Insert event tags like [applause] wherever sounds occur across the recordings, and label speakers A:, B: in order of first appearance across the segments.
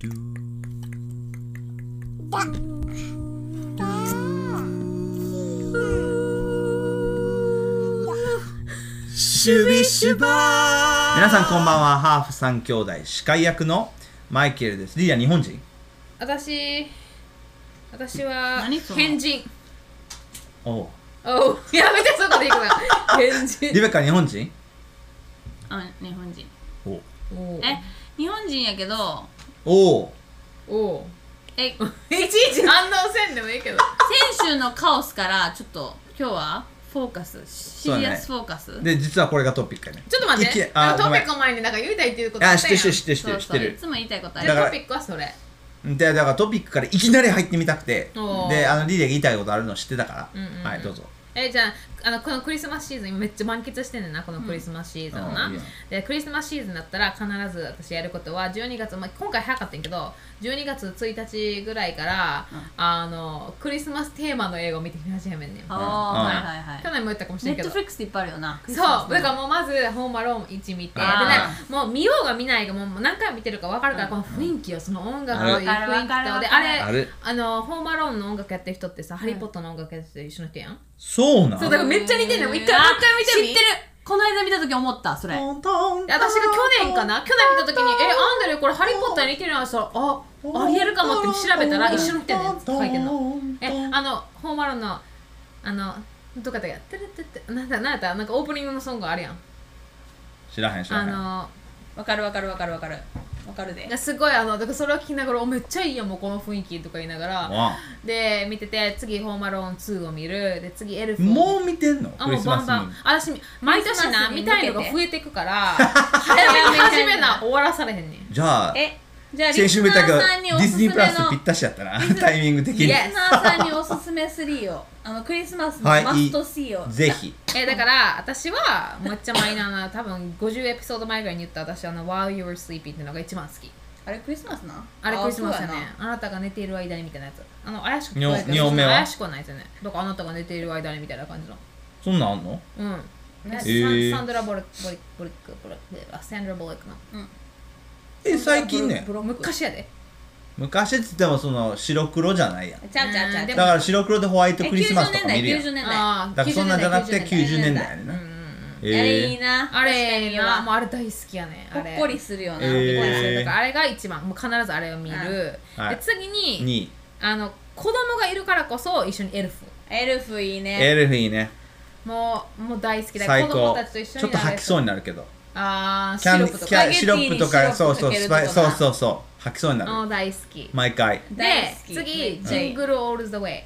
A: ドゥー
B: だだ
A: シュビシュバー皆さんこんばんはハーフ三兄弟司会役のマイケルですリーダー日本人
C: 私私は
B: 何その
C: 変人
A: おう
C: おうやめてそこで行くな変
A: リ
C: 人
A: ベッカ日本人
B: あ日本人
A: おう
C: おう
B: え日本人やけど
A: おう
C: おう [laughs]
B: え先
C: いちいち反応せんでもいいけど
B: 週のカオスからちょっと今日はフォーカスシリアスフォーカス、
A: で実はこれがトピックやね
C: ちょっと待っ
A: い
C: て
A: き
C: な
A: あ
C: んかトピックの前になんか言いたいっていうこ
A: ご
C: と
A: めん
C: あ
A: あ
C: っ
A: 知ったて
C: や
A: る
C: ん
A: 知
C: じ
A: ってる知って
B: そう
A: る知っ
B: そう
A: て
B: い
A: る
B: つも言いたいこと
A: だ
B: ある
A: か
C: ゃ
A: ら
C: あトピックはそれ
A: でだからトピックからいきなり入ってみたくて
C: おー
A: であのリーダーが言いたいことあるの知ってたから、
C: うんうんうん
A: はいどうぞ
C: えじゃああのこのクリスマスシーズン今めっちゃ満喫してんねんなこのクリスマスシーズンをな、
A: うんうんいいや
C: でクリスマスシーズンだったら必ず私やることは12月、まあ、今回早かったんやけど12月1日ぐらいから、あのクリスマステーマの映画を見てみ始めんねん去
B: ああ、
A: うん
B: はいはいはい
C: 年も言ったかもし
B: ネ
C: れんけ
B: ット
C: ど
B: フリックスでいっぱいあるよな
C: そうだからもうまず「ホームアローン」1見てで、ね
B: あ、
C: もう見ようが見ないがもう何回見てるか分かるから、この雰囲気をその音楽
A: あ
C: の雰
A: る
C: 囲気と
B: わかるわかる
C: であれ
A: あれ
C: あのホームアローンの音楽やってる人ってさ「ハリー・ポッター」の音楽やってる人一緒の人やん、
A: そうなん
C: そうだからめっちゃ似てんねんもう一回
B: あ
C: もう一回見てみ
B: 知ってるこの間見た時思ったそれ
A: トントン
C: で私が去年かな去年見た時に「えアンドレこれハリー・ポッターに似てるな」したら「あありえるかも」って調べたら一緒の人やねん書いてんの。えあのホームアローンのあのどこだっけてるってってなんだなんやったなんかオープニングのソングあるやん
A: 知らへん知らへ
C: あ
A: ん
C: の
B: わかるわかるわかるわかるわかるで
C: がすごいあのだからそれを聞きながらおめっちゃいいやんもうこの雰囲気とか言いながら
A: わ
C: で見てて次ホームアローン2を見るで次エル
A: あ
C: フを見る
A: もう見てんのク
C: あも
A: リ
C: う
A: ス
C: バ
A: マ
C: ン
A: ス
C: バン
A: に
C: 私毎年な
B: クリ
C: 見
B: スマ
C: た
B: スに向けて
C: いのが増えてくから早めに始めな終わらされへんねん
A: じゃあ
B: えじゃあリ
A: 先
B: ス
A: 週
B: ナ
A: 見た
B: ー
A: けどデ
B: さんにお
A: ィ
B: す
A: ズ
B: す
A: ニー
B: めの
A: プラスぴったしやったなタイミング的に
C: い
B: リ
C: や
B: スナーさんにおすすめ3をあのクリスマスの
A: はい
B: マスト C を、
A: ぜひ
C: えだから私はめっちゃマイナーな多分50エピソード前ぐらいに言った私あの「While You Were Sleeping」っていうのが一番好き
B: あれクリスマスな
C: あれクリスマスやね
B: そうや
C: あなたが寝ている間にみたいなやつあの怪しく
A: にょ
C: ないけど
A: 二音目は
C: 怪しくはないですよねだからあなたが寝ている間にみたいな感じの
A: そんなんあんの
C: うん
B: ね
C: サ
A: へー
C: ンサンドラボリックボリックボリックボリックあサンドラボリックの
A: え最近ね
B: ブロック
C: 昔やで
A: 昔っつってもその白黒じゃないやん
B: ちゃうちゃうちゃう
C: で
A: だ
C: も
A: から白黒でホワイト
B: え
A: クリスマスとか見るやん
B: 90年代90年代あ
C: あ
A: だからそんなんじゃなくて90
B: 90
A: 年
B: 年代
A: 代やねん
C: うん
A: な
C: うんうん
B: れい
A: え
B: いな
C: あれ
B: 確
C: な
B: か
C: もうあれ大好きやねあ
B: に
C: れ
B: ほっこりするような、
A: えー
C: ほっこりするだからあれが一番もう必ずあれを見る
A: はい
C: で次
A: ー
C: に
A: にい
C: あの子供がいるからこそ一緒にエルフ
B: エルフいいね
A: エルフいいね
C: もうもう大好きだ
A: 最
C: 子
A: 高
C: 供たちと一緒に
A: ちょっと吐きそうになるけど
C: ああ
A: キ
C: シ
A: ャ
C: ロ
A: ン
C: ップと
A: キャ
C: か
A: ン
B: ス
A: シ
B: パ
A: ロ
B: ゲッティ
A: ッ
B: に
A: プとか
B: シロ
A: そ
B: ッ
A: う
B: プ
A: そうスパイ
B: かける
A: そう
B: とかな
A: そうそう吐きそうにな
C: も
A: る
C: う大好き
A: 毎回
C: で
B: 大好き
C: 次「
B: めっちゃい
C: ジ
B: い
C: ングル・オール・ザ・ウェイ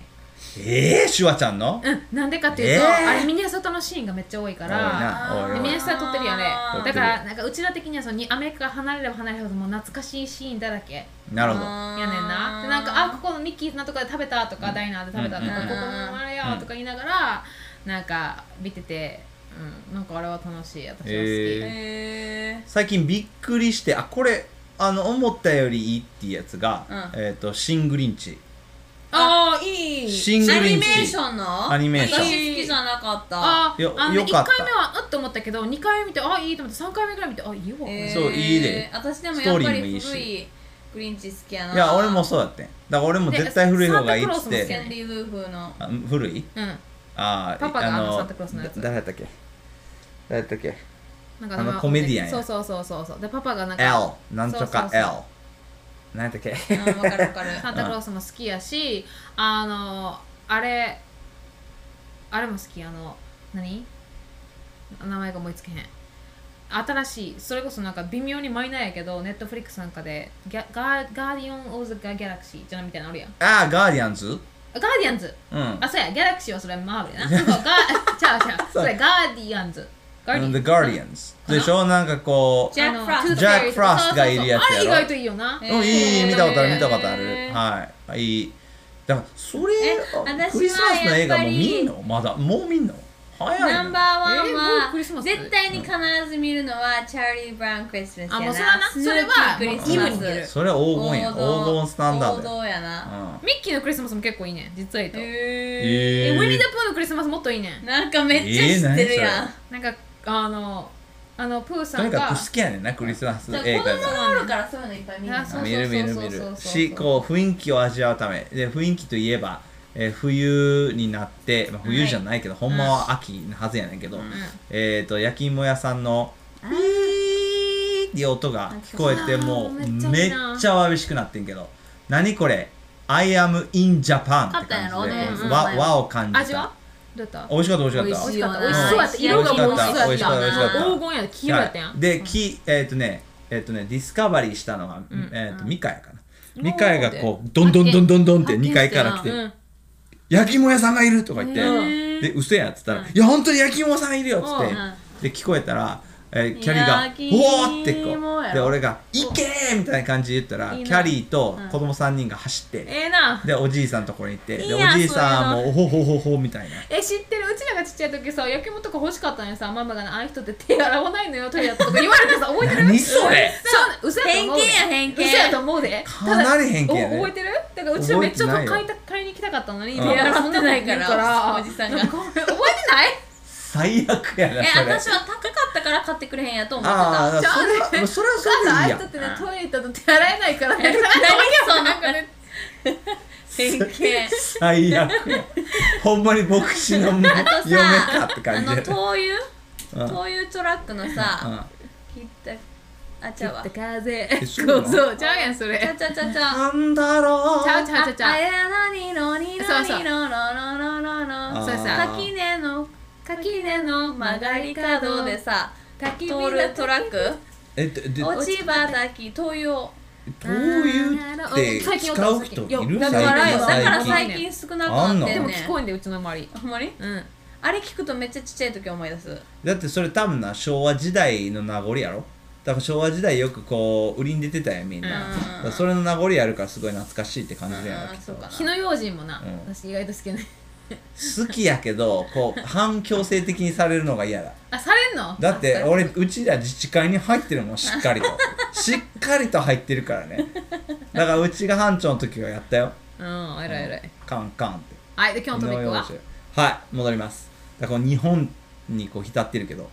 A: ええシュワちゃんの」
C: うんなんでかっていうと、
A: えー
C: あれミネソタのシーンがめっちゃ多いか
A: 多い
C: ら
A: な
C: で
A: 多い
C: ミ
A: 多
C: ネ
A: い
C: ソタ撮ってるよね
B: あ
A: ー
C: だからなんかうちら的にはそのにアメリカから離れれば離れるほどもう懐かしいシーンだらけ
A: なるほど
C: やねんなでなんかあここのミッキーズのとこで食べたとか、ダイナーで食べたとか、
A: うん
C: ここもあれよとか言いながら、なんか見てて、うん、なんかあれは楽しい私は好き、
A: え
B: え
A: 最近びっくりしてあこれあの思ったよりいいっていうやつが、
B: うん
A: えっ、とシングリンチ
C: ああいい
A: シング
B: ー、ア
A: リ
B: ニ
A: ン
B: メー
A: チ
B: ションの
A: アニメーション
B: 私好きじゃなかった
C: あ
A: よ
C: あのね
A: よ
C: 1
A: かった
C: 回目はあっと思ったけど2回目見てあいいと思って3回目ぐらい見てあいいわこれ、
B: えー
A: そういいで
B: 私でもや
A: ス
B: っ
A: ト
B: ぱ
A: ーリーもい
B: り
A: いし
B: 古いグリンチ好きやない
A: いや俺もそうだってんだから俺も絶対古い方がいいっつっ
C: で
B: キャ
A: て
B: ンディー・ウーフの
A: あ古い
C: うん
A: あー
C: パパがあのサンタクロースのやつ
A: だ誰やったっけ誰やったっけ
C: なんか
A: あの
C: 名前
A: コメディアンや
C: そうそうそうそうそうでパパがなんか
A: L なんと
C: そ
A: か
C: うそうそう
A: L なんやったっけ
B: うんわかるわ
A: [laughs]
B: かる
C: サンタクロースも好きやし、あのあれあれも好きあの何名前が思いつけへん新しいそれこそなんか微妙にマイナーやけどネットフリックスなんかでギャガーガーディオン・オブ・ザ・ギャラクシーじゃなみたいなのあるやん
A: ああガーディアンズ
C: ガーディアンズ
A: うん
C: あそうやギャラクシーはそれマ
A: [laughs]
C: ーベルやなそうガーちゃうちゃうそれガーディアンズガーディ
A: The Guardians でしょなんかこう
B: ジャックフロスト
A: ジャックフロストがいるやつやろ
C: あれ意外といいよな、
B: え
A: うんいいいい見たことある
C: えー
A: 見たことあるはいいいだからそれ
B: え
A: あ
B: 私
A: クリスマスの映画
B: はやっ
A: もう
B: ぱり
A: 見んのまだもう見んの早い
B: ナンバー
C: え
B: ワン
C: もうクリス
B: は
C: マスだね
B: 絶対に必ず見るのはチャーリー・ブラウン・クリスマスやな
C: あもうそれはな
B: スヌー
C: そ
B: ピー
C: れはもう
B: クリスマス
C: イブに見る
A: それは黄金や
B: 王
A: 黄
B: 道
A: 金スタンダード
B: 王
A: や
B: 道やな
A: うん
C: ミッキーのクリスマスも結構いいね実は言うと、
B: へ
C: え
A: えー
C: ウィニー・ザ・プーのクリスマスもっといいね
B: ーなんかめっちゃ知ってるやん
C: なんかあのあのプーさ
A: と
C: ん
A: にか
C: が
A: く好きやねんなクリスマス
B: じゃあ
A: 映
B: 子供
A: 画が。
B: がおるからそういうのいっぱい見る
C: あそう
A: 見る見る
C: そ
A: 見
C: うそうそう
A: る
C: そう
A: しこう雰囲気を味わうためで雰囲気といえば、えー冬になって、まあ、冬じゃないけど、ほんまは秋のはずやねんけど、
B: うん
A: えっ、と焼き芋屋さんの「ウィーっていう音が聞こえて
C: あー
A: もう
C: め
A: めっ
C: っちゃいいな
A: ちゃわびしくなってんけど何これ「I am in Japan」って感じで
C: 勝ったんやろね
A: こう和
B: うん
A: 和を感じ
C: 味は
A: た
C: どうやった
A: 美味しかった美味
B: 美
A: しか
B: 味
A: っ
B: しい
A: た
C: 美味しかった美
B: 美
C: 味
B: 味
C: し
B: し
C: そやっ色がもう美味しそうや
B: そううやったた
C: っ
A: 美味しかった美味しか
C: た
A: った
C: 黄金や黄色やったや
A: は
C: ん
A: いできえっ、とねえっ、とねディスカバリーしたのが、えっ、とミカやかな
C: うん
A: ミカヤがこうどんどんどんどんどんって2階から来て
C: うん
A: 「焼き芋屋さんがいる」とか言って「
C: うん
A: で嘘や」っつったら「いや本当に焼き芋屋さんがいるよ」っつっ
C: う
A: て
C: んうん
A: で聞こえたら、えーキャリーが
B: 焼
A: 「
B: き芋
A: おー!」ってこうで俺が「行け!」みたいな感じで言ったら
C: いいな
A: キャリーと子供3人が走って
C: ええな
A: でおじいさんのところに行って
C: いい
A: でお
C: や
A: じいさんは
C: そう
A: もう「おほほほほ」みたいな
C: [laughs] え知ってるうちらがちっちゃい時さ焼き芋とか欲しかったのにさママがなああいう人って手洗わないのよトイレだとか言われてさ覚えてる
A: 何それ
C: そう嘘やと思うで
B: 偏見や偏見
C: 嘘やと思うで
A: かなり偏見やね
C: ただお覚えてるだからうちらめっちゃ買いた買いに行きたかったのに手洗わないから
B: うんおじさんが
C: なか覚えてない
A: 最悪や
B: え
A: なそれ
B: 私は高かったから買ってくれへんやと思って
A: あ
B: た
A: あそれはそれはそ
C: お母さんああ
A: れでいい
C: いう
A: や
C: 人ってねトイレ行ったと手洗えないから [laughs] ね
B: 何その
C: なんかね
B: 偏見
A: 最悪やほんまに牧師の嫁
B: あと
A: かって感じ
B: さあの
A: やね
B: 灯油
A: うん
B: 灯油トラックの
A: う
B: さ
A: ん
B: 切ったあち
C: ちょ
B: ゃ
C: っ
B: うわ
C: と風
A: そうなの
C: そうちゃうやんそれ
B: ちゃうちゃうちゃうちゃう
A: なんだろう
C: ちゃうちゃうちゃうちゃう
B: そうそう
A: あー
C: そうさ
B: 垣根の垣根の曲がり角でさ
C: 焚き火
B: 通るトラック
A: えでで
B: 落ち葉滝灯油
A: 灯油って使う人いる
C: だ
B: だか
C: から
B: ら
C: よ
B: よだから
A: 最
B: 最
A: 近
B: 近少なくなって
C: で
B: ん
C: も
B: ね
C: 聞こえんでうちの周り
B: ほんまに
C: うん
B: あれ聞くとめっちゃちっちゃい時思い出す
A: だってそれ多分な昭和時代の名残やろだから昭和時代よくこう売りに出てたやんみんな
B: うん
A: だからそれの名残やるからすごい懐かしいって感じだよ
B: う
A: ね
B: んそうかな
C: 火の用心もな
A: うん
C: 私意外と好きやね
A: 好きやけどこう反強制的にされるのが嫌だ
C: あされんの
A: だって
C: あ
A: 俺うちら自治会に入ってるもんしっかりとしっかりと入ってるからねだからうちが班長の時はやったよ
C: うん偉い偉い
A: カンカンって
C: はいで今日のトピックは
A: 井上陽子はい戻りますだからこの日本にこう浸ってるけど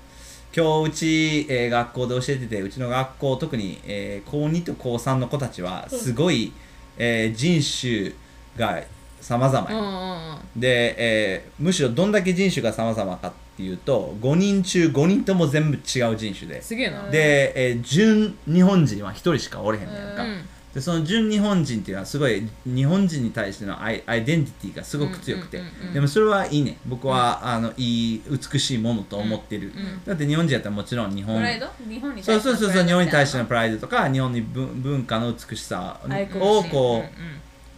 A: 今日うち、えー学校で教えててうちの学校特に、えー高2と高3の子たちはすごい、えー人種が様々
C: うんう
A: や、
C: んうん
A: で、えーむしろどんだけ人種が様々かっていうと5人中5人とも全部違う人種です
C: げえな
A: で、えー純日本人は1人しかおれへんねやんか、
C: うん
A: でその純日本人っていうのはすごい日本人に対してのアイアイデンティティがすごく強くて、
C: うんうんうんうん
A: でもそれはいいね僕は、あのいい美しいものと思ってる、
C: ん
A: だって日本人やったらもちろん日
B: プ
A: 本
B: ライド日本に
A: そう
B: 対して
A: そう
B: の
A: そうそう日本に対して
B: プラ
A: の
B: イ
A: プライドとか日本に文文化の美しさ
B: 愛国心
A: をこう,、
C: うん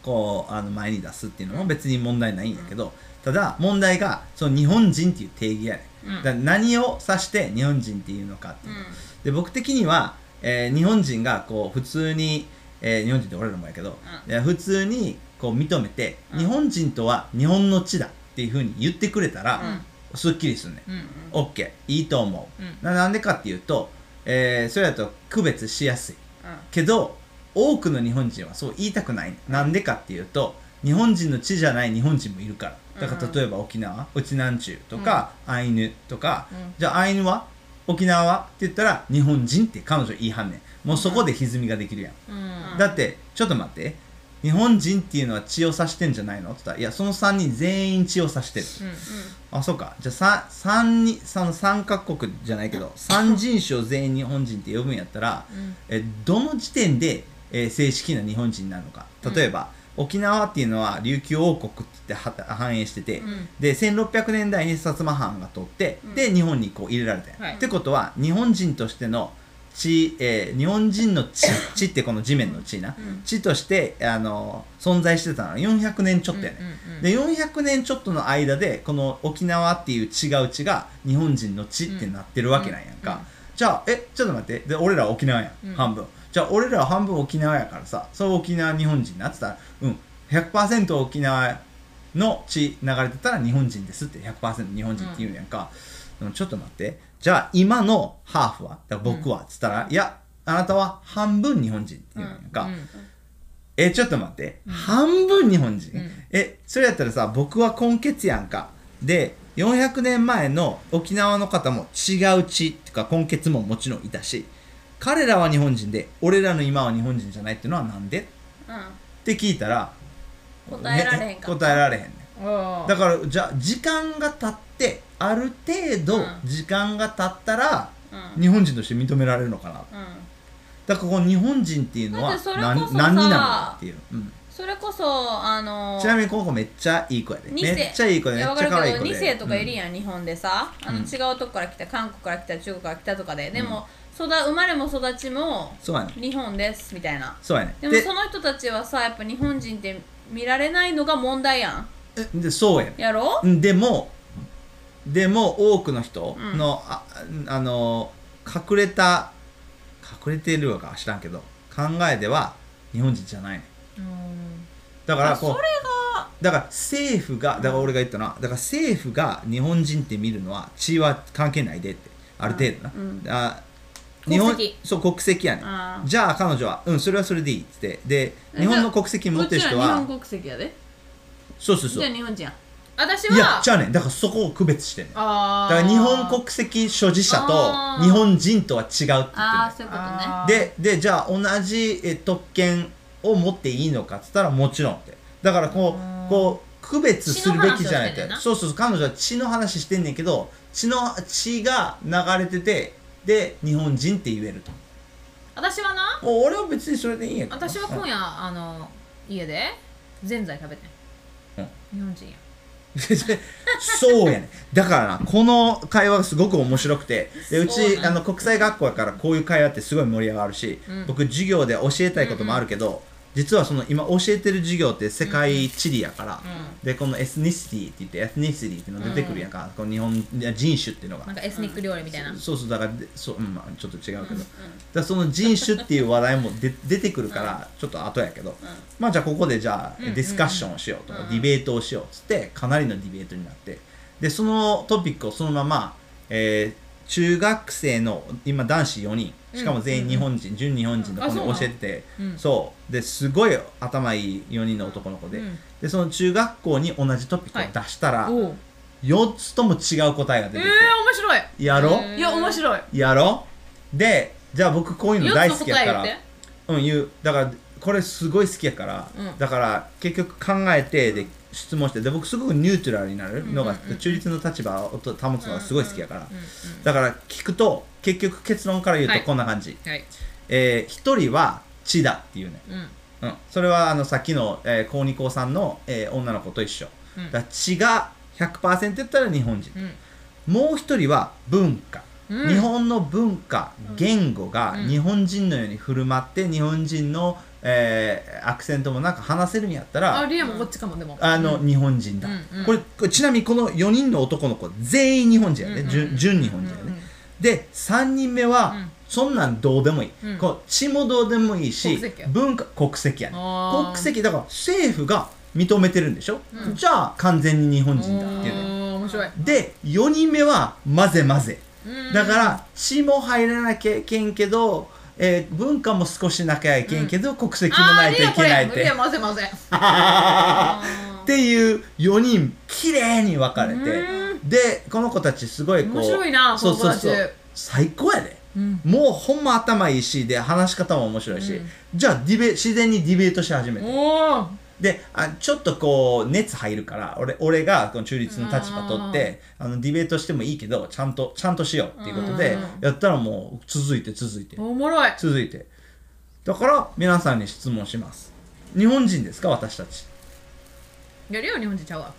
A: こうあの前に出すっていうのも別に問題ないんやけど、ただ問題がその日本人っていう定義やね、
C: うん
A: だから何を指して日本人っていうのかっていう
B: ド
A: ので僕的には、えー日本人がこう普通に、えー日本人って俺らもやけど、
B: うん
A: えー普通にこう認めて、
B: うん
A: 日本人とは日本の地だっていうふうに言ってくれたら、すっきりするね、
C: うん
A: オッケーいいと思う、
C: うん
A: ななんでかっていうと、えーそれだと区別しやすい
B: うん
A: けど多くの日本人はそう言いたくないなんでかっていうと日本人の地じゃない日本人もいるからだか
B: う
A: ら
B: ん
A: 例えば沖縄うちなんちゅうとか、アイヌとか、
C: うん
A: じゃあアイヌは沖縄はって言ったら日本人って彼女言いはんねんもうそこで歪みができるやん、
C: うん
A: だってちょっと待って日本人っていうのは血を指してんじゃないのって言ったらいやその3人全員血を指してる
C: うん
A: あそうかじゃあ 3, にその3カ国じゃないけ
C: [laughs]
A: ど3人種を全員日本人って呼ぶんやったら、
C: うん
A: えどの時点で、えー正式な日本人になるのか例えば、沖縄っていうのは琉球王国って言っては繁栄してて、
C: うん
A: で1600年代に薩摩藩が取って、
B: うん
A: で日本にこう入れられたんや、
C: はい
A: ってことは日本人としての地、えー日本人の地地ってこの地面の地な、
B: うん
A: 地として、あの存在してたのは400年ちょっとやね、
C: うんうん
A: で400年ちょっとの間でこの沖縄っていう違う地が日本人の地ってなってるわけなんやんか、
C: うんうん
A: じゃあえちょっと待ってで俺らは沖縄やん、
C: うん
A: 半分じゃあ俺らは半分沖縄やからさそう沖縄日本人になってたらうん100%沖縄の血流れてたら日本人ですって100%日本人って言うんやんか、でもちょっと待ってじゃあ今のハーフはだから僕はっつったら、いやあなたは半分日本人って言うんやんか、
C: うん
A: えちょっと待って、半分日本人、
C: うん
A: えそれやったらさ僕は根血やんかで400年前の沖縄の方も違う血とか根血ももちろんいたし彼らは日本人で俺らの今は日本人じゃないっていうのはなんでって聞いたら
B: 答えられへんか
A: ね
B: った
A: 答えられへんね
C: お
A: だからじゃあ時間が経ってある程
B: う
A: 度
B: ん
A: 時間が経ったら
B: うん
A: 日本人として認められるのかな
B: うん
A: だからこの日本人っていうのは
B: だってそれこそ
A: 何
B: さ
A: 何になるのかっていう、うん
B: それこそあの
A: ちなみにこの子めっちゃいい子やで
B: 二世
A: めっちゃいい子で
B: い
A: めっ
B: や
A: ちゃ
B: わかる
A: 可愛い
B: け
A: 子
B: ど
A: で
B: 2世とかいるやん、日本でさあの
A: うん
B: 違うとこから来た韓国から来た中国から来たとかででも、育生まれも育ちも
A: そうやね
B: 日本ですみたいな
A: そうやね
B: でもその人たちはさやっぱ日本人って見られないのが問題やん
A: えでそうやね
B: やろ
A: うんでもでも多くの人
B: うん
A: の、ああの隠れた隠れてるのか知らんけど考えでは日本人じゃないね
C: うん
A: だから
B: あ
A: こう
B: それが
A: だから政府がだから俺が言ったのはだから政府が日本人って見るのは血は関係ないでってある程度な、
B: うん
A: あ
C: 国籍
A: 日本そう国籍やね
B: あー
A: じゃあ彼女はうんそれはそれでいいっつってで日本の国籍持ってる人
B: うちら日
A: は
B: 本国籍やで
A: そうそうそ
B: じ
A: う
B: ゃあ日本人や
C: 私
A: いや
C: は
A: じゃあねんだからそこを区別してんねんだ
C: あー
A: から日本国籍所持者
C: あ
A: と
C: ー
A: 日本人とは違うって言ってんねん
B: ああそういうことね
C: あー
A: ででじゃあ同じえー特権を持っていいのかっつったらもちろんってだからこう
C: う
A: んこう区別するべきじゃないっ
C: 血
A: て
C: の話をしてんねんな
A: そうそうそう彼女は血の話してんねんけど血の血が流れててで日本人って言えると
C: 私はな
A: もう俺は別にそれでいいんやけど
C: 私は今
A: 夜
C: 夜あの家でぜんざい食べて
A: うん
C: ん日本人や
A: [laughs] そうやねだからなこの会話がすごく面白くてでう
B: そう
A: ち
B: なん
A: あの国際学校やからこういう会話ってすごい盛り上がるし、
C: うん
A: 僕授業で教えたいこともあるけど、実はその今教えてる授業って世界地理やから、
C: う
A: でこのエスニシティって言ってエスニシティっていうの出てくるやんか、この日本いや人種っていうのが
C: なんかエスニック料理みたいな
A: そうそうだからでそう、うんまあ、ちょっと違うけど、だからその人種っていう話題もで出てくるからちょっと後やけど、まあじゃあここでじゃあ
C: うんうん
A: ディスカッションをしようとか、
B: うん
A: ディベートをしようっつってかなりのディベートになってでそのトピックをそのまま、えー中学生の今男子4人しかも全員日本人、純日本人の子
C: あそうな
A: に
C: の
A: 教えて
C: うん
A: そうですごい頭いい4人の男の子で、
C: うん
A: でその中学校に同じトピックを出したら、
C: おう
A: 4つとも違う答えが出
C: え
A: てきて、
C: ー面白い
A: やろ、
C: いや面白い
A: やろでじゃあ僕こういうの大
C: 4
A: 好
C: つの
A: きや
C: 答え
A: か
C: 言っ
A: ら
C: て
A: うん言うだからこれすごい好きやから、
C: うん
A: だから結局考えてで質問してで僕すごくニュートラルになるのが、
C: うんうんうん
A: 中立の立場をと保つのがすごい好きやから、
C: うんうん
A: だから聞くと結局結論から言う
C: は
A: と
C: い
A: こんな感じ、
C: はい
A: えー、1人は血だっていうね
C: うん
A: うん、それはあのさっきの、えー、高二高三の、えー女の子と一緒、
C: うん
A: だから血が100%やったら日本人、
C: うん
A: もう一人は文化、
C: うん
A: 日本の文化言語が
C: うん
A: 日本人のように振る舞って日本人の、えーアクセントもなんか話せるんやった
C: あ
A: ら
C: リアもこっちかもでも
A: あの、
C: うん
A: 日本人だ、
C: うんうん
A: これこれちなみにこの4人の男の子全員日本人やね、
C: うんうん
A: 純純日本人やね、
C: うんうん
A: で3人目は、
C: うん
A: そんなんどうでもいい、
C: うん
A: こう血もどうでもいいし
C: 国籍や
A: 文化国籍やね
C: あー
A: 国籍だから政府が認めてるんでしょ、
C: うん
A: じゃあ完全に日本人だっていうの
C: おー面白い
A: で4人目は混ぜ混ぜ
C: うん
A: だから血も入らなきゃいけんけど、えー文化も少しなきゃいけんけど、国籍もないといけないっ
C: あーリアこれリ
A: て
C: ア混ぜ混ぜ
A: っていう4人綺麗に分かれて
C: う
A: でこの子たちすごいこう
C: 面白いな
A: そうそうそ
C: この子た
A: う
C: ち
A: 最高やで、
C: うん
A: もうほんま頭いいしで話し方も面白いし、
C: うん
A: じゃあディベ自然にディベートし始めて
C: おお
A: であちょっとこう熱入るから俺俺がこの中立の立場取ってあのディベートしてもいいけどちゃんとちゃんとしようっていうことで
C: うん
A: やったらもう続いて続いて
C: おもろい
A: 続いてだから皆さんに質問します日本人ですか私たち
C: やるよ日本人ちゃうわ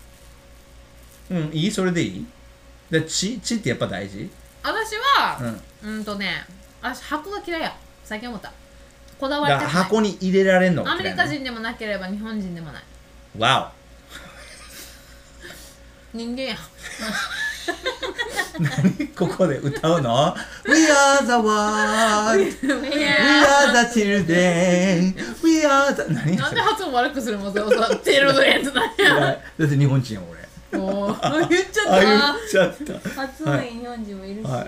A: うんいいそれでいいで血血ってやっぱ大事
C: 私
A: う
C: は
A: ん
C: うんとね私箱が嫌いや最近思ったこだ
A: だ
C: わ
A: から
C: りたくない
A: 箱に入れられんのが
C: アメ
A: 嫌い
C: リ
A: な
C: カ
A: の
C: 人でもなければ日本人でもない
A: わ
C: 人間や
A: お何 [laughs] ここで歌うの ?We are the world
C: い
A: We
C: や
A: are the children We are the 何
C: な
A: そ
C: ん
A: れ
C: で発音悪くするもんそれさテールのやつなん
A: い
C: や
A: やだって日本人や俺
C: もう言っちゃ
A: あ
C: っ
A: 言
C: た
A: っちゃったい
B: 初音日本人もいるし、
A: は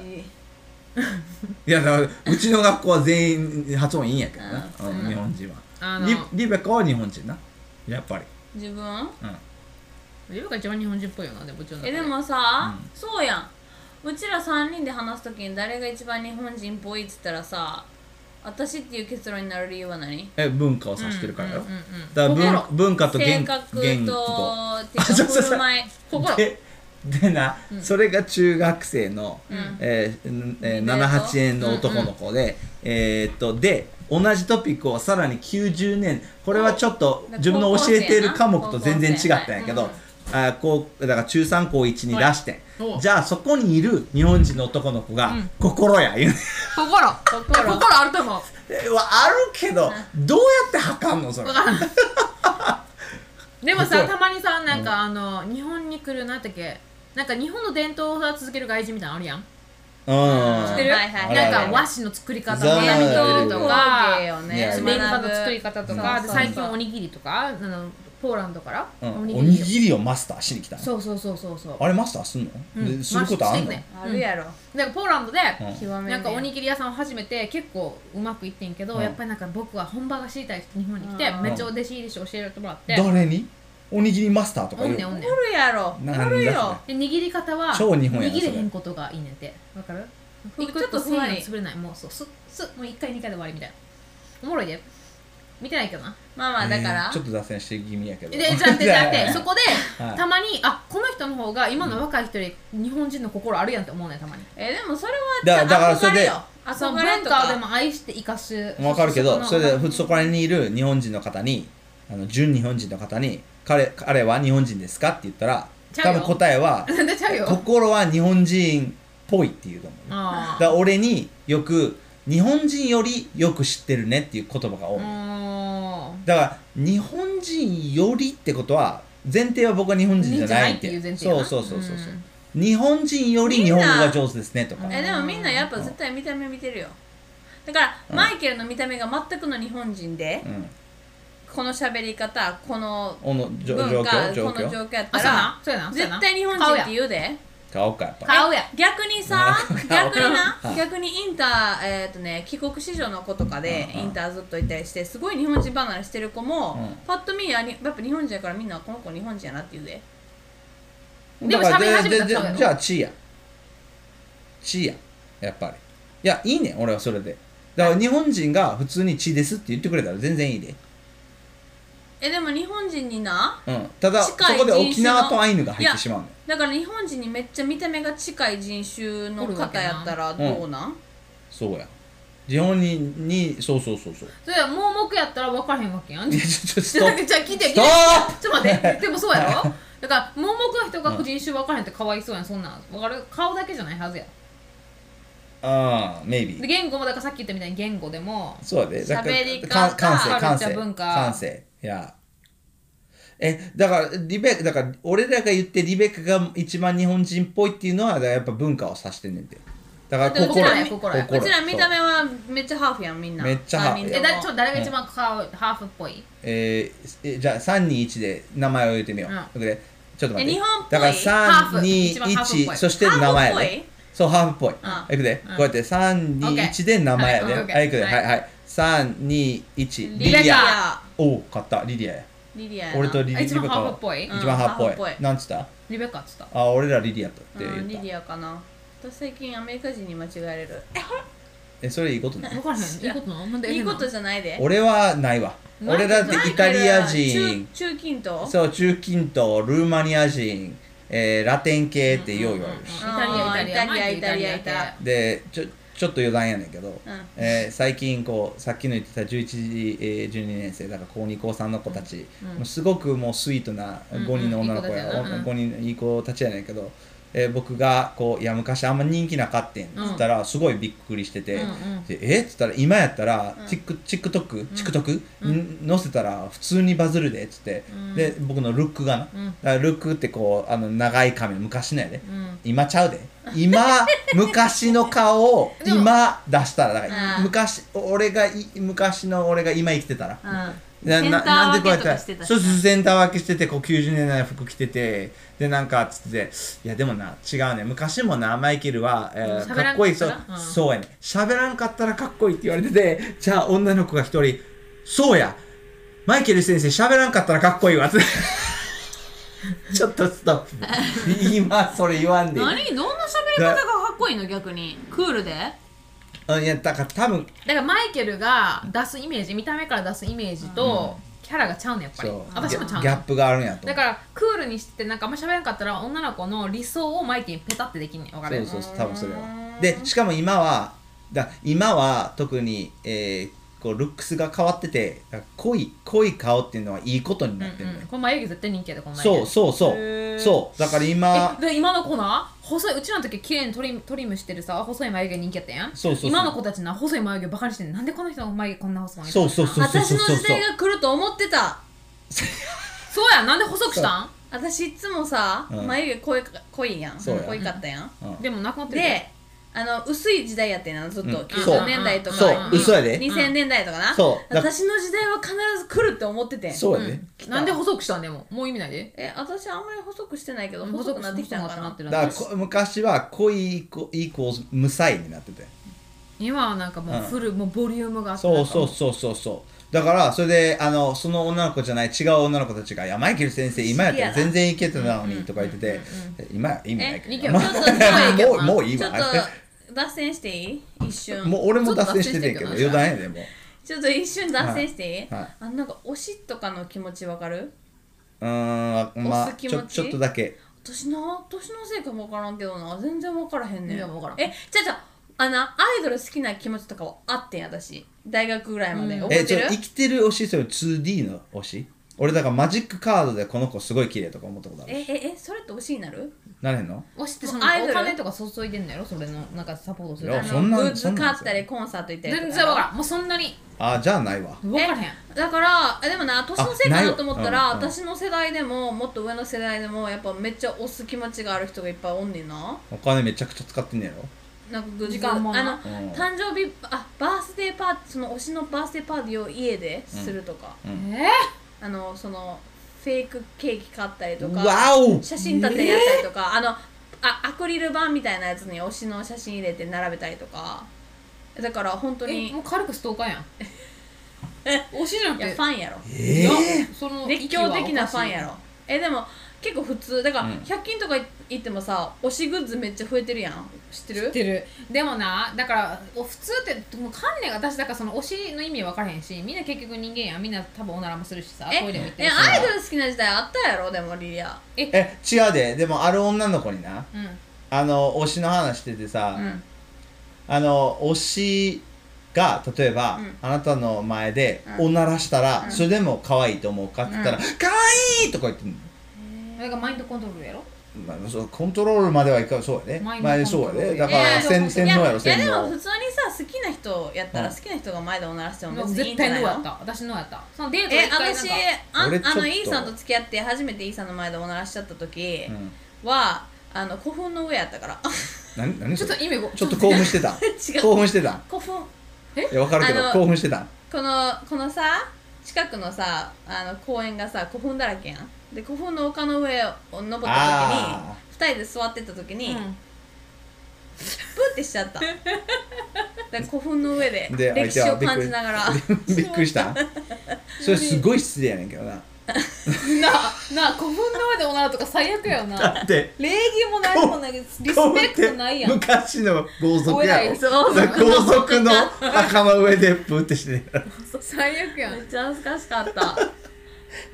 A: やだからうちの学校は全員発音いいんやけどな、
B: うん
A: うん日本人は
C: あの
A: リリベカは日本人なやっぱり
B: 自分
A: うん
C: リュウが一番日本人っぽいよなでもちろん
B: えでもさ、そうやんうちら3人で話す時に誰が一番日本人っぽいっつったらさ私っていう結論になる理由は何
A: え文化を指してるからよ、
C: うんうんうんうん
A: だから文
C: 心
A: 文化と
B: 性
A: 言
B: 格と
A: 言語
B: て
A: [laughs] あ
B: か
A: そうそうそう
B: 振る舞い
C: 心
A: ででな、それが中学生の、
B: ん
A: えーんえー
B: デート
A: 78円の男の子で、えーっとで同じトピックをさらに90年これはちょっと
B: お
A: 自分の教えている科目
B: 高
A: と
B: 校生な
A: 全然違ったんやけど、
B: はい
A: あこうだから中3高1に出して、
C: はいお
A: じゃあそこにいる日本人の男の子が「
C: うん
A: 心や」言うね [laughs]
C: 心心心あると思う
A: えわあるけどどうやって測んのそれ
C: でもさ
A: 心
C: たまにさなんかあの日本に来るなんだっけなんか日本の伝統を続ける外人みたいなのあるやん
A: うん
C: 知ってる
B: はいはいはい
C: なんか和紙の作り方を
A: そう
C: 学び取るとか
B: 伝統工芸をね
A: 学ぶ
C: レンガの作り方とか
B: そ
C: で
B: うそうそう
C: 最近おにぎりとかあのポーランドから
A: うん
C: おに
A: お
C: ぎ
A: に
C: り
A: ぎりをマスターしに来たの
C: そうそうそうそうそう
A: あれマスターすんの、
C: うん
A: ですることあん
C: マスターしてく
A: の
C: ね
B: あるやろ、
C: なんかポーランドで
A: うん
B: 極め
C: なんかおにぎり屋さんを始めて結構うまくいってんけど、
A: うん
C: やっぱりなんか僕は本場が知りたいって日本に来て、
B: うん
C: めっちゃお弟子入りして教えてもらって、
A: 誰におにぎりマスターとか
C: お
A: い
C: ん
A: る
C: ねんおんねん
B: おるやろ
A: な
B: おる
A: なんだ
B: よ
A: そ
C: で握り方は
A: 超日本やな
C: 握
A: それ
C: れへんことがいいねんてわかる
B: ちょ
C: 一
B: っ
C: 個
B: と
C: 一個
B: ふんわ
C: 繊維
B: り
C: が潰れないもうそうすすもう1回2回で終わりみたいなおもろいで見てないけどな
B: まあまあだから、
A: えーちょっと脱線して気味やけど
C: でじゃあってじゃ
A: [laughs]
C: あってそこで、
A: はい
C: たまにあこの人の方が今の若い人より日本人の心あるやんって思うねんたまに
B: えでもそれは
A: だからだからそ
B: 憧
A: れ
B: れ
A: で
B: よ
C: その
B: 憧れ
C: 文
B: と
C: 化
B: か
C: をでも愛して生かす
A: わかるけど
C: の
A: それで普通そこら辺にいる日本人の方にあの純日本人の方に彼彼は日本人ですかって言ったら
C: ちゃ
A: 多
C: うよ
A: 分答え
C: [laughs]
A: は
C: なん [laughs] でちゃうよ
A: 心は日本人っぽいっていうと思うだか
C: あ
A: ら俺によく日本人よりよく知ってるねっていう言葉が多い、
C: あ
A: だから日本人よりってことは前提は僕は日本人じゃないって
C: 日本人じゃないって
A: そ
C: いう前提やな
A: うそうそうそうそう日本人より日本語が上手ですねとか
B: えでもみんなやっぱ絶対見た目見てるよだから、
A: うん
B: マイケルの見た目が全くの日本人で、
A: うん
B: この喋り方この
A: おのじょ状
B: 文化
A: 況状
B: この状
A: 況
B: 況やっ
C: あ
B: た
C: そうや
B: ら
C: なそうやなそうやな
B: 絶対日本人って言うで
A: 顔かやっぱ
C: 顔や
B: 逆にさ
A: うん [laughs]
B: 逆にな
A: うん
B: 逆にインターえっ、とね帰国子女の子とかで
A: うん
B: インターずっといたりしてすごい日本人離れしてる子も、
A: うん
B: パッと見やにやっぱ日本人やからみんなこの子日本人やなって言うで
C: でも
A: だから
C: 喋り始めたら
A: じゃ
C: そ
A: じ
C: うや
A: ゃ
C: ろ
A: じゃあチーやチーややっぱりいやいいねん俺はそれでだから日本人が普通に「チーです」って言ってくれたら全然いいで、
B: えでも日本人にな
A: うん、ただそ
B: 近い
A: こで
B: 人種の
A: 沖縄とアイヌが入ってしまうのよ
B: だから日本人にめっちゃ見た目が近い人種の方やったらどうなん
A: そうや日本人にそうそうそうそう
C: それは盲目やったら分からへんわけやん
A: い
C: じ
A: やち
C: ゃ
A: ょちょスト
C: あ
A: ップ
C: [laughs] 聞いて聞いて
A: ストッ
C: ちょっと待ってでもそうやろだから盲目の人が人種分からへんってかわいそうやんそんなん分かる顔だけじゃないはずや
A: ああ maybe
C: で言語もだからさっき言ったみたいに言語でも
A: そうやで。だから
B: 喋り方
A: か感性、感
C: カルチャ
A: 性。
C: ー文化
A: 感性。いや。え、だから、リベック、だから、俺らが言ってリベックが一番日本人っぽいっていうのは、だからやっぱ文化を指してんねんて。だから
B: だって
A: 心、
B: うちら
A: 心。
B: ね
C: 心
B: うちら見た目はめっちゃハーフやんみんな
A: めっちゃハーフ
B: 三人
A: や
B: と
C: え
B: も
C: だちょっと誰が一番顔、ハーフっぽい
A: えーえじゃあ、3、2、1で名前を言ってみよう。
C: う
A: でちょっと待って。
B: え日本っぽい
A: だから、3、
C: ハーフ
A: 2
C: 一、番ハーフっぽ
A: 1、
C: い
A: そして名前や
B: ハーフっぽ
A: で
B: い。
A: そう、ハーフっぽい。
B: ん
A: いくで。
C: う
A: こ
C: ん
A: うやって、3、
C: オッケ
A: 2、
C: ー
A: 1で名前やで。
C: はいオッケー
A: はい、いくで。
C: は
A: はいい、はい。3、2、1、
C: リベカ
A: リリア。おお、勝った。リリアや。
B: リリアやな
A: 俺とリ
C: あ一
A: リ
C: 番
A: ベカ
C: ハーフ
A: は
C: っぽい、
B: うん
A: 一番ハーフっ
B: ハーフっぽ
A: ぽ
B: い
A: い。なんつった
C: リベカっつった
A: あ、俺らリリアとって
B: うん
A: 言
B: リ
A: っ
B: リ
A: た。
B: アかな私最近アメリカ人に間違えれる
A: え、それいいことね
C: 分。からへんいいことなのなんで
B: いいこと
C: じ
B: じゃないで
A: 俺はないわ。
C: マイ
A: 俺
C: ケル
A: だってイタリア人、
B: 中中近東
A: そう、中近東、ルーマニア人、えーラテン系ってよう言われる
C: イ
A: し。
C: タリアイタリア
B: うんイタリアイタリアイタリア
A: で、ちょ、ちょっと余談やねんけど
B: うん、
A: えー最近こう、さっきの言ってた11時、えー12年生、だから高2高3の子たち、もうすごくもうスイートな
C: うんうん
A: 5人の女の子
C: いい子たち
A: や、
C: やなうん
A: 5人いい子たちやねんけど、えー僕がこう、いや、昔あんま人気なかってんっつったら、すごいびっくりしてて、
C: うんうん
A: でえっつったら今やったら、
B: うん
A: チック TikTok、TikTok に載せたら普通にバズるでっつって、
C: うん
A: で僕のルックがな、
C: うん
A: だからルックってこうあの長い髪昔のやで、
C: うん
A: 今ちゃうで今昔の顔を
C: でも
A: 今出したらだから
B: うん
A: 昔俺がい昔の俺が今生きてたら、
B: うん
A: な
B: セン
A: な
B: ター
A: なんで
B: 分
A: こうやっ
B: け
A: たら
B: とか
A: そ
B: して
A: う
B: たし
A: そうセンター分けしててこう90年代の服着ててでなんかつっていやでもな違うね昔もなマイケルは、えーか
C: 喋
A: ら
C: んかったな
A: っこいいそう,、
C: うん
A: そうやね喋らんかったらかっこいいって言われててじゃあ女の子が一人「そうやマイケル先生喋らんかったらかっこいいわ」ってちょっとストップ今それ言わんでいい
B: 何どんな喋り方がかっこいいの逆にクールで
A: うんいやだから多分
C: だからマイケルが出すイメージ見た目から出すイメージと、キャラがちゃうねやっぱり
A: そう
C: 私もちゃう
A: ギャ
C: ね
A: ップがあるんやと
C: だからクールにしてなんかあんま喋らなかったら女の子の理想をマイケルにペタってできんねんわか
A: そう
C: る
A: そうそう多分それはでしかも今はだ今は特に、えーこうルックスが変わっててだから濃い濃い顔っていうのはいいことに
C: うん
A: なってるのよ
C: うん、この眉毛絶対人気やでこの眉毛
A: そうそうそ
C: へー
A: うそうだから今
C: えで今の子な細いうちらの時綺麗にトリムトリムしてるさ細い眉毛人気やったやん
A: そうそうそう
C: 今の子たちな細い眉毛バカにしてんねんなんでこの人の眉毛こんな細いの
A: そうそうそうそう
B: 私
A: そう
B: の
A: そう
B: 時代が来ると思ってた
C: そうやなんで細くしたん
B: 私いつもさ
A: うん
B: 眉毛濃いか濃いやん
A: そうや
B: 濃いかったやん
A: うん
C: でもなくなってる
B: であの薄い時代やってんなずっと
A: うん
B: 90年代とか
A: そう嘘やで
B: 2000年代とかな
A: そうだ
B: 私の時代は必ず来るって思っててん
A: そう
C: う
A: やね
C: ん、なんで細くしたんでももう意味ないで
B: え私あんまり細くしてないけど細くなってきたのか
C: 細くな
B: な
C: ってる
A: だからこ昔は濃い子イコール無才になってて
C: 今はなんかもうフル、もうボリュームがあって
A: そうそうそうそうそうだからそれであのその女の子じゃない違う女の子たちが「いやマイケル先生今やったら全然いけてたのに」とか言ってて「今や意味ない
C: えいい
A: け
C: け
A: ど
C: ど
A: ま
B: ちょっと
A: あ
C: ち
A: も
C: ょっと
A: うもういい
B: ちょっ
A: わ」
B: と脱線していい一瞬
A: もう俺も脱線しててんけど
C: ち
A: 余
C: ょっと脱
A: 談やでもう
B: ちょっと一瞬脱線していい、
A: はいはい
B: あのなんか推しとかの気持ちわかる
A: うーんま
B: 押
A: あ
B: す気
A: ち
B: 持
A: ょ
B: ち
A: ちょっとだけ
B: 私な年のせいかもわからんけどな全然わからへんねん
C: いやわからん
B: えじゃあじゃああなアイドル好きな気持ちとかはあってん私大学ぐらいまで、
C: うん
B: 覚
A: え
B: え
A: ち
B: て
A: ょ
B: る
A: 生きてる推しそれ 2D の推し俺だからマジックカードでこの子すごい綺麗とか思ったことある
B: えええそれって推しになる
A: なれへんの
C: 押してその
B: もうアイド
C: お
B: ル
C: 金とか注いでんのやろそれのなんかサポートする
A: いや
B: あの
A: そんな
B: グッ
A: そ
B: ズ
A: んな
B: 買
A: ん
B: ったりコンサート行ったりとか
C: 全然わからんもうそんなに
A: あじゃあないわ
C: わからへん
B: えだからえでもな年のせいか
A: ない
B: な
A: わ
B: と思ったら、
A: うんうん
B: 私の世代でももっと上の世代でもやっぱめっちゃ推す気持ちがある人がいっぱいおんねんな
A: お金めちゃくちゃ使ってんねやろ
B: なんかグッズ
C: 時間も
B: あ
C: な
B: の
A: うん
B: 誕生日あバースデーパーティーその推しのバースデーパーティーを家でするとか、
A: う
C: え
B: あのそのフェイクケーキ買ったりとか
A: わお
B: 写真立てやったりとか、あのあアクリル板みたいなやつに推しの写真入れて並べたりとかだから本当
C: ー、え
B: に
C: もう軽くストーカーやん押しじゃないく
B: や
C: て
B: ファンやろ
A: ええ
C: いやその
B: 熱
C: 息は
B: 狂
C: おかしい
B: 的なファンやろえでも結構普通だから、
A: うん
B: 100均とか行ってもさ推しグッズめっちゃ増えてるやん知ってる
C: 知ってるでもなだからお普通ってもう観念が私だからその推しの意味分からへんしみんな結局人間やんみんな多分おならもするしさ
B: え
C: トイレも行って
B: え
C: るし
B: アイドル好きな時代あったやろでもリリア
A: え違うででもある女の子にな
C: うん
A: あの推しの話しててさ、
B: うん
A: あの推しが例えば、
B: うん
A: あなたの前で
B: うん
A: おならしたら、
B: うん
A: それでも可愛いと思うかって言ったら「可愛い!」とか言ってんの
C: だからマインドコントロールやろ
A: まあ、そうコントロールまではいかんそうやね
C: マインド
A: まあそうや
C: コントロー
A: ね
C: ル
A: だから、
B: えー
A: せん洗脳やろ
B: いや
A: 洗
B: いやでも
A: 脳
B: 普通にさ好きな人やったら
A: うん
B: 好きな人が前でおならしても
C: もう
B: 別にいい
C: 絶
B: んじゃ
C: 対
B: な
C: ノー
B: いの
C: やった私ノーやったそのデートで
B: え
C: 一回なん
B: 私
C: か
B: あ
A: 俺ちょっ
B: あ
A: と
B: のイーさんと付き合って初めてイーさんの前でおならしちゃった時
A: うん
B: は、あの古墳の上やったから [laughs]
A: 何何
C: ち
A: そ
C: ょっ
A: れ
C: と意味ご
A: ちょっと興奮してた
B: 違う
A: 興奮してた
B: 古墳
A: いや分かるけ
B: あ
A: ど
B: の
A: 興奮してた
B: このこのさ近くのさあの公園がさ古墳だらけやんで古墳の丘の上を登った
A: あ
B: 時に2人で座ってた時に、
C: う
B: プ
C: ん
B: ーってし
C: [laughs]
B: ちゃったで古墳の上で
A: で
B: 歴史を感じながら
A: ー
C: [laughs]
A: びっくりしたそれすごい失礼やねんけどな
C: なな古墳の上でおならとか最悪やよ
A: [laughs]
C: な
A: だって
C: 礼儀も何もないリスペクトないや
A: [laughs]
C: ん
A: 昔の豪族やろ
C: お偉いそう
A: だから豪族の墓の上でプーってしてるやろ
C: 最悪や
B: め
A: [laughs]
C: ん
B: っちゃ恥ずかしかった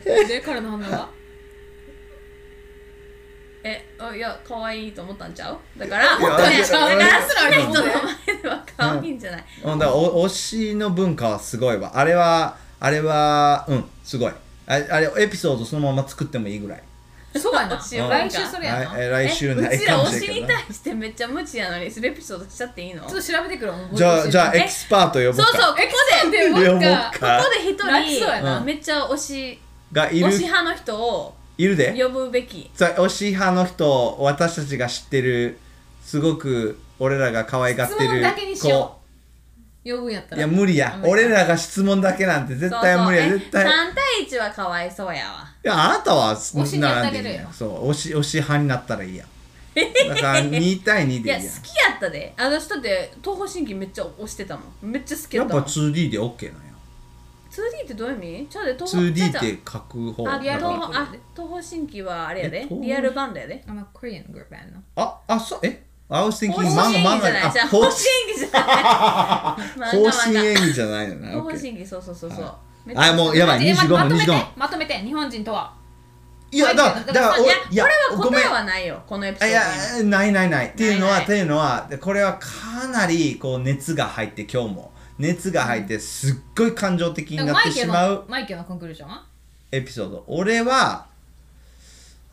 C: で彼の反応は
B: えあいや可愛いと思ったんちゃうだから
A: いや
B: だから
A: いや
B: だから好きな人の
C: いや
B: 前では可愛いんじゃない、
A: うんだからお推しの文化はすごいわあれはあれはうんすごいああれエピソードそのまま作ってもいいぐらい
C: そうやな
B: 推しよ
C: 来週それやな
A: はいえ来週
B: え
A: な
B: う
A: い
B: ちら
A: かも
B: 推
A: し
B: し
A: れんけ
B: に
A: どな
B: 対してめっちゃ無知やのにそれエピソードしちゃっていいの
C: ちょっと調べてくるわ
A: じゃあじゃあ
C: え
A: エキスパート呼ぼう
B: そうそう
A: か
B: ここ
C: エキス
B: で
C: で
A: 両
C: も
A: 方
C: うか
B: ここで一
C: 楽そうや
B: 人
A: な
B: めっちゃ推し
A: がいる
B: 推し派の人を
A: いるで
B: 呼ぶべき
A: さ推し派の人私たちが知ってるすごく俺らが可愛がって
C: 質問
A: る
C: だけにしよ呼ぶんやった
A: 子
C: ら
A: いや無理や
C: 無理
A: 俺らが質問だけなんて絶対無理や
B: そうそうえ
A: 絶対
B: 3対1はかわいそうやわ
A: いやあなたは
C: 推しにやってあげる
A: 並んでい
C: よ
A: いやんそう推し推し派になったら
B: [laughs]
A: いいやんだから2対2
B: い
A: でいい
B: や
A: やんや
B: 好きやったで私だって東方神起めっちゃ推してたもんめっちゃ好きや
A: っ
B: っ
A: ぱ
B: たもん
A: 2D で OK なんや
B: 2D 2D ってどういう意味ちょうで東
A: 2D
B: ちゃ
A: っ
B: うちゃう
A: て書く方
B: あ
A: だ
B: リアル
A: か
B: 東
A: ら
B: 方あ東方神起はあれや
A: え
B: で
A: 東方
B: リアル版だやで
C: I'm a Korean girl band の。
A: ああそうえ I was thinking
B: 方針
A: 漫画漫画
B: 演技じゃないじゃあ
A: 方
B: 方
A: 針
B: 針演技じゃな
A: 方針演技じゃな
B: い技
A: いのね
B: 東方
A: OK
B: 神起そうそうそうそう
A: は
B: めっちゃ
A: あもうやばい
C: えま
A: 25分
C: まと
A: 25分
C: めてまとめて、日本人とは。
A: いやだだから
B: い
A: お
B: や
A: いや
B: こ
A: ごめ
B: れ
A: ん
B: は答えはないよこのエピソ
A: あ
B: ー
A: い
B: ドに
A: や
B: は
A: ないないないっていうのは
C: な
A: っ
C: いない
A: ていうのはでこれはかなりこう熱が入って今日も熱が入ってすっごい感情的になっ
C: マ
A: て
C: イケ
A: し
C: ル
A: ま
C: の
A: う、
C: マイケルのコンクルージョンは
A: エピソード俺は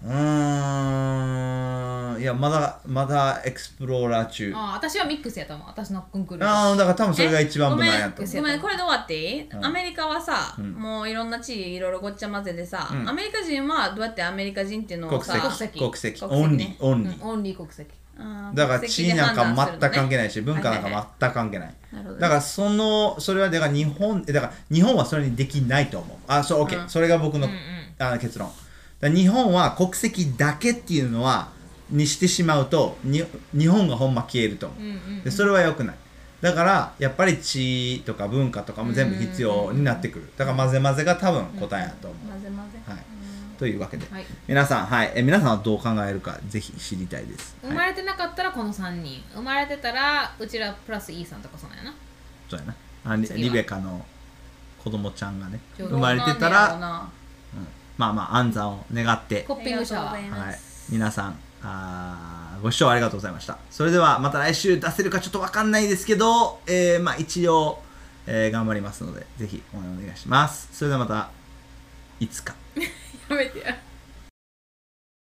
A: うーんいやまだまだエクスプローラー中あ
C: あ私はミックスやと思う。私のコンクルージョン。
A: あーだから多分それが一番
B: ご
A: 無
B: めん
A: 難やと思う
B: ごめんこれで終わっていい、
A: ん
B: アメリカはさ、
A: うん
B: もういろんな地域いろいろごっちゃ混ぜでさ、
A: うん
B: アメリカ人はどうやってアメリカ人っていうのを
A: 国
B: さ
A: 籍
C: 国籍
A: 国籍
B: 国籍ね
A: オンリーオンリ
C: うん
A: ー、
C: オンリー国籍。
B: あー
A: だから
B: 国
A: 地
B: 籍
A: 位
B: で
A: なんか
B: 判断するのね
A: 全く関係ないし文化なん
B: はいはい
A: か全く関係ない
B: なるほどね
A: だからそのそれはだから日本えだから日本はそれにできないと思うあそう OK、
B: うん
A: それが僕の,、
C: うんうん
A: あの結論だから日本は国籍だけっていうのはにしてしまうとに日本がほんま消えると思う、
C: うんうん
A: でそれは良くないだからやっぱり地とか文化とかも全部必要になってくるだから混ぜ混ぜが多分答えやと思う、
B: 混ぜ混ぜ、
A: はいというわけで、
C: はい
A: 皆さんはいえ皆さんはどう考えるかぜひ知りたいです、
C: 生
A: はい、
C: まれてなかったらこの3人。生まれてたらうちらプラス E さんとかそうなんやな。
A: そうやなあリ
C: 次は
A: リベカの子供ちゃんがね
C: 上手
A: 生まれてた
B: どうなんやろ
A: ら
B: う
A: う
B: な
A: んまあまあ安産を願って、
C: コッピングシャワ
B: あり
C: ー。
B: がとうご
A: は
B: ざいま
A: い
B: す、
A: 皆さんあーご視聴ありがとうございましたそれではまた来週出せるかちょっとわかんないですけど、えーまあ、一応、えー頑張りますのでぜひ応援お願いしますそれではまたいつか
C: やめてや。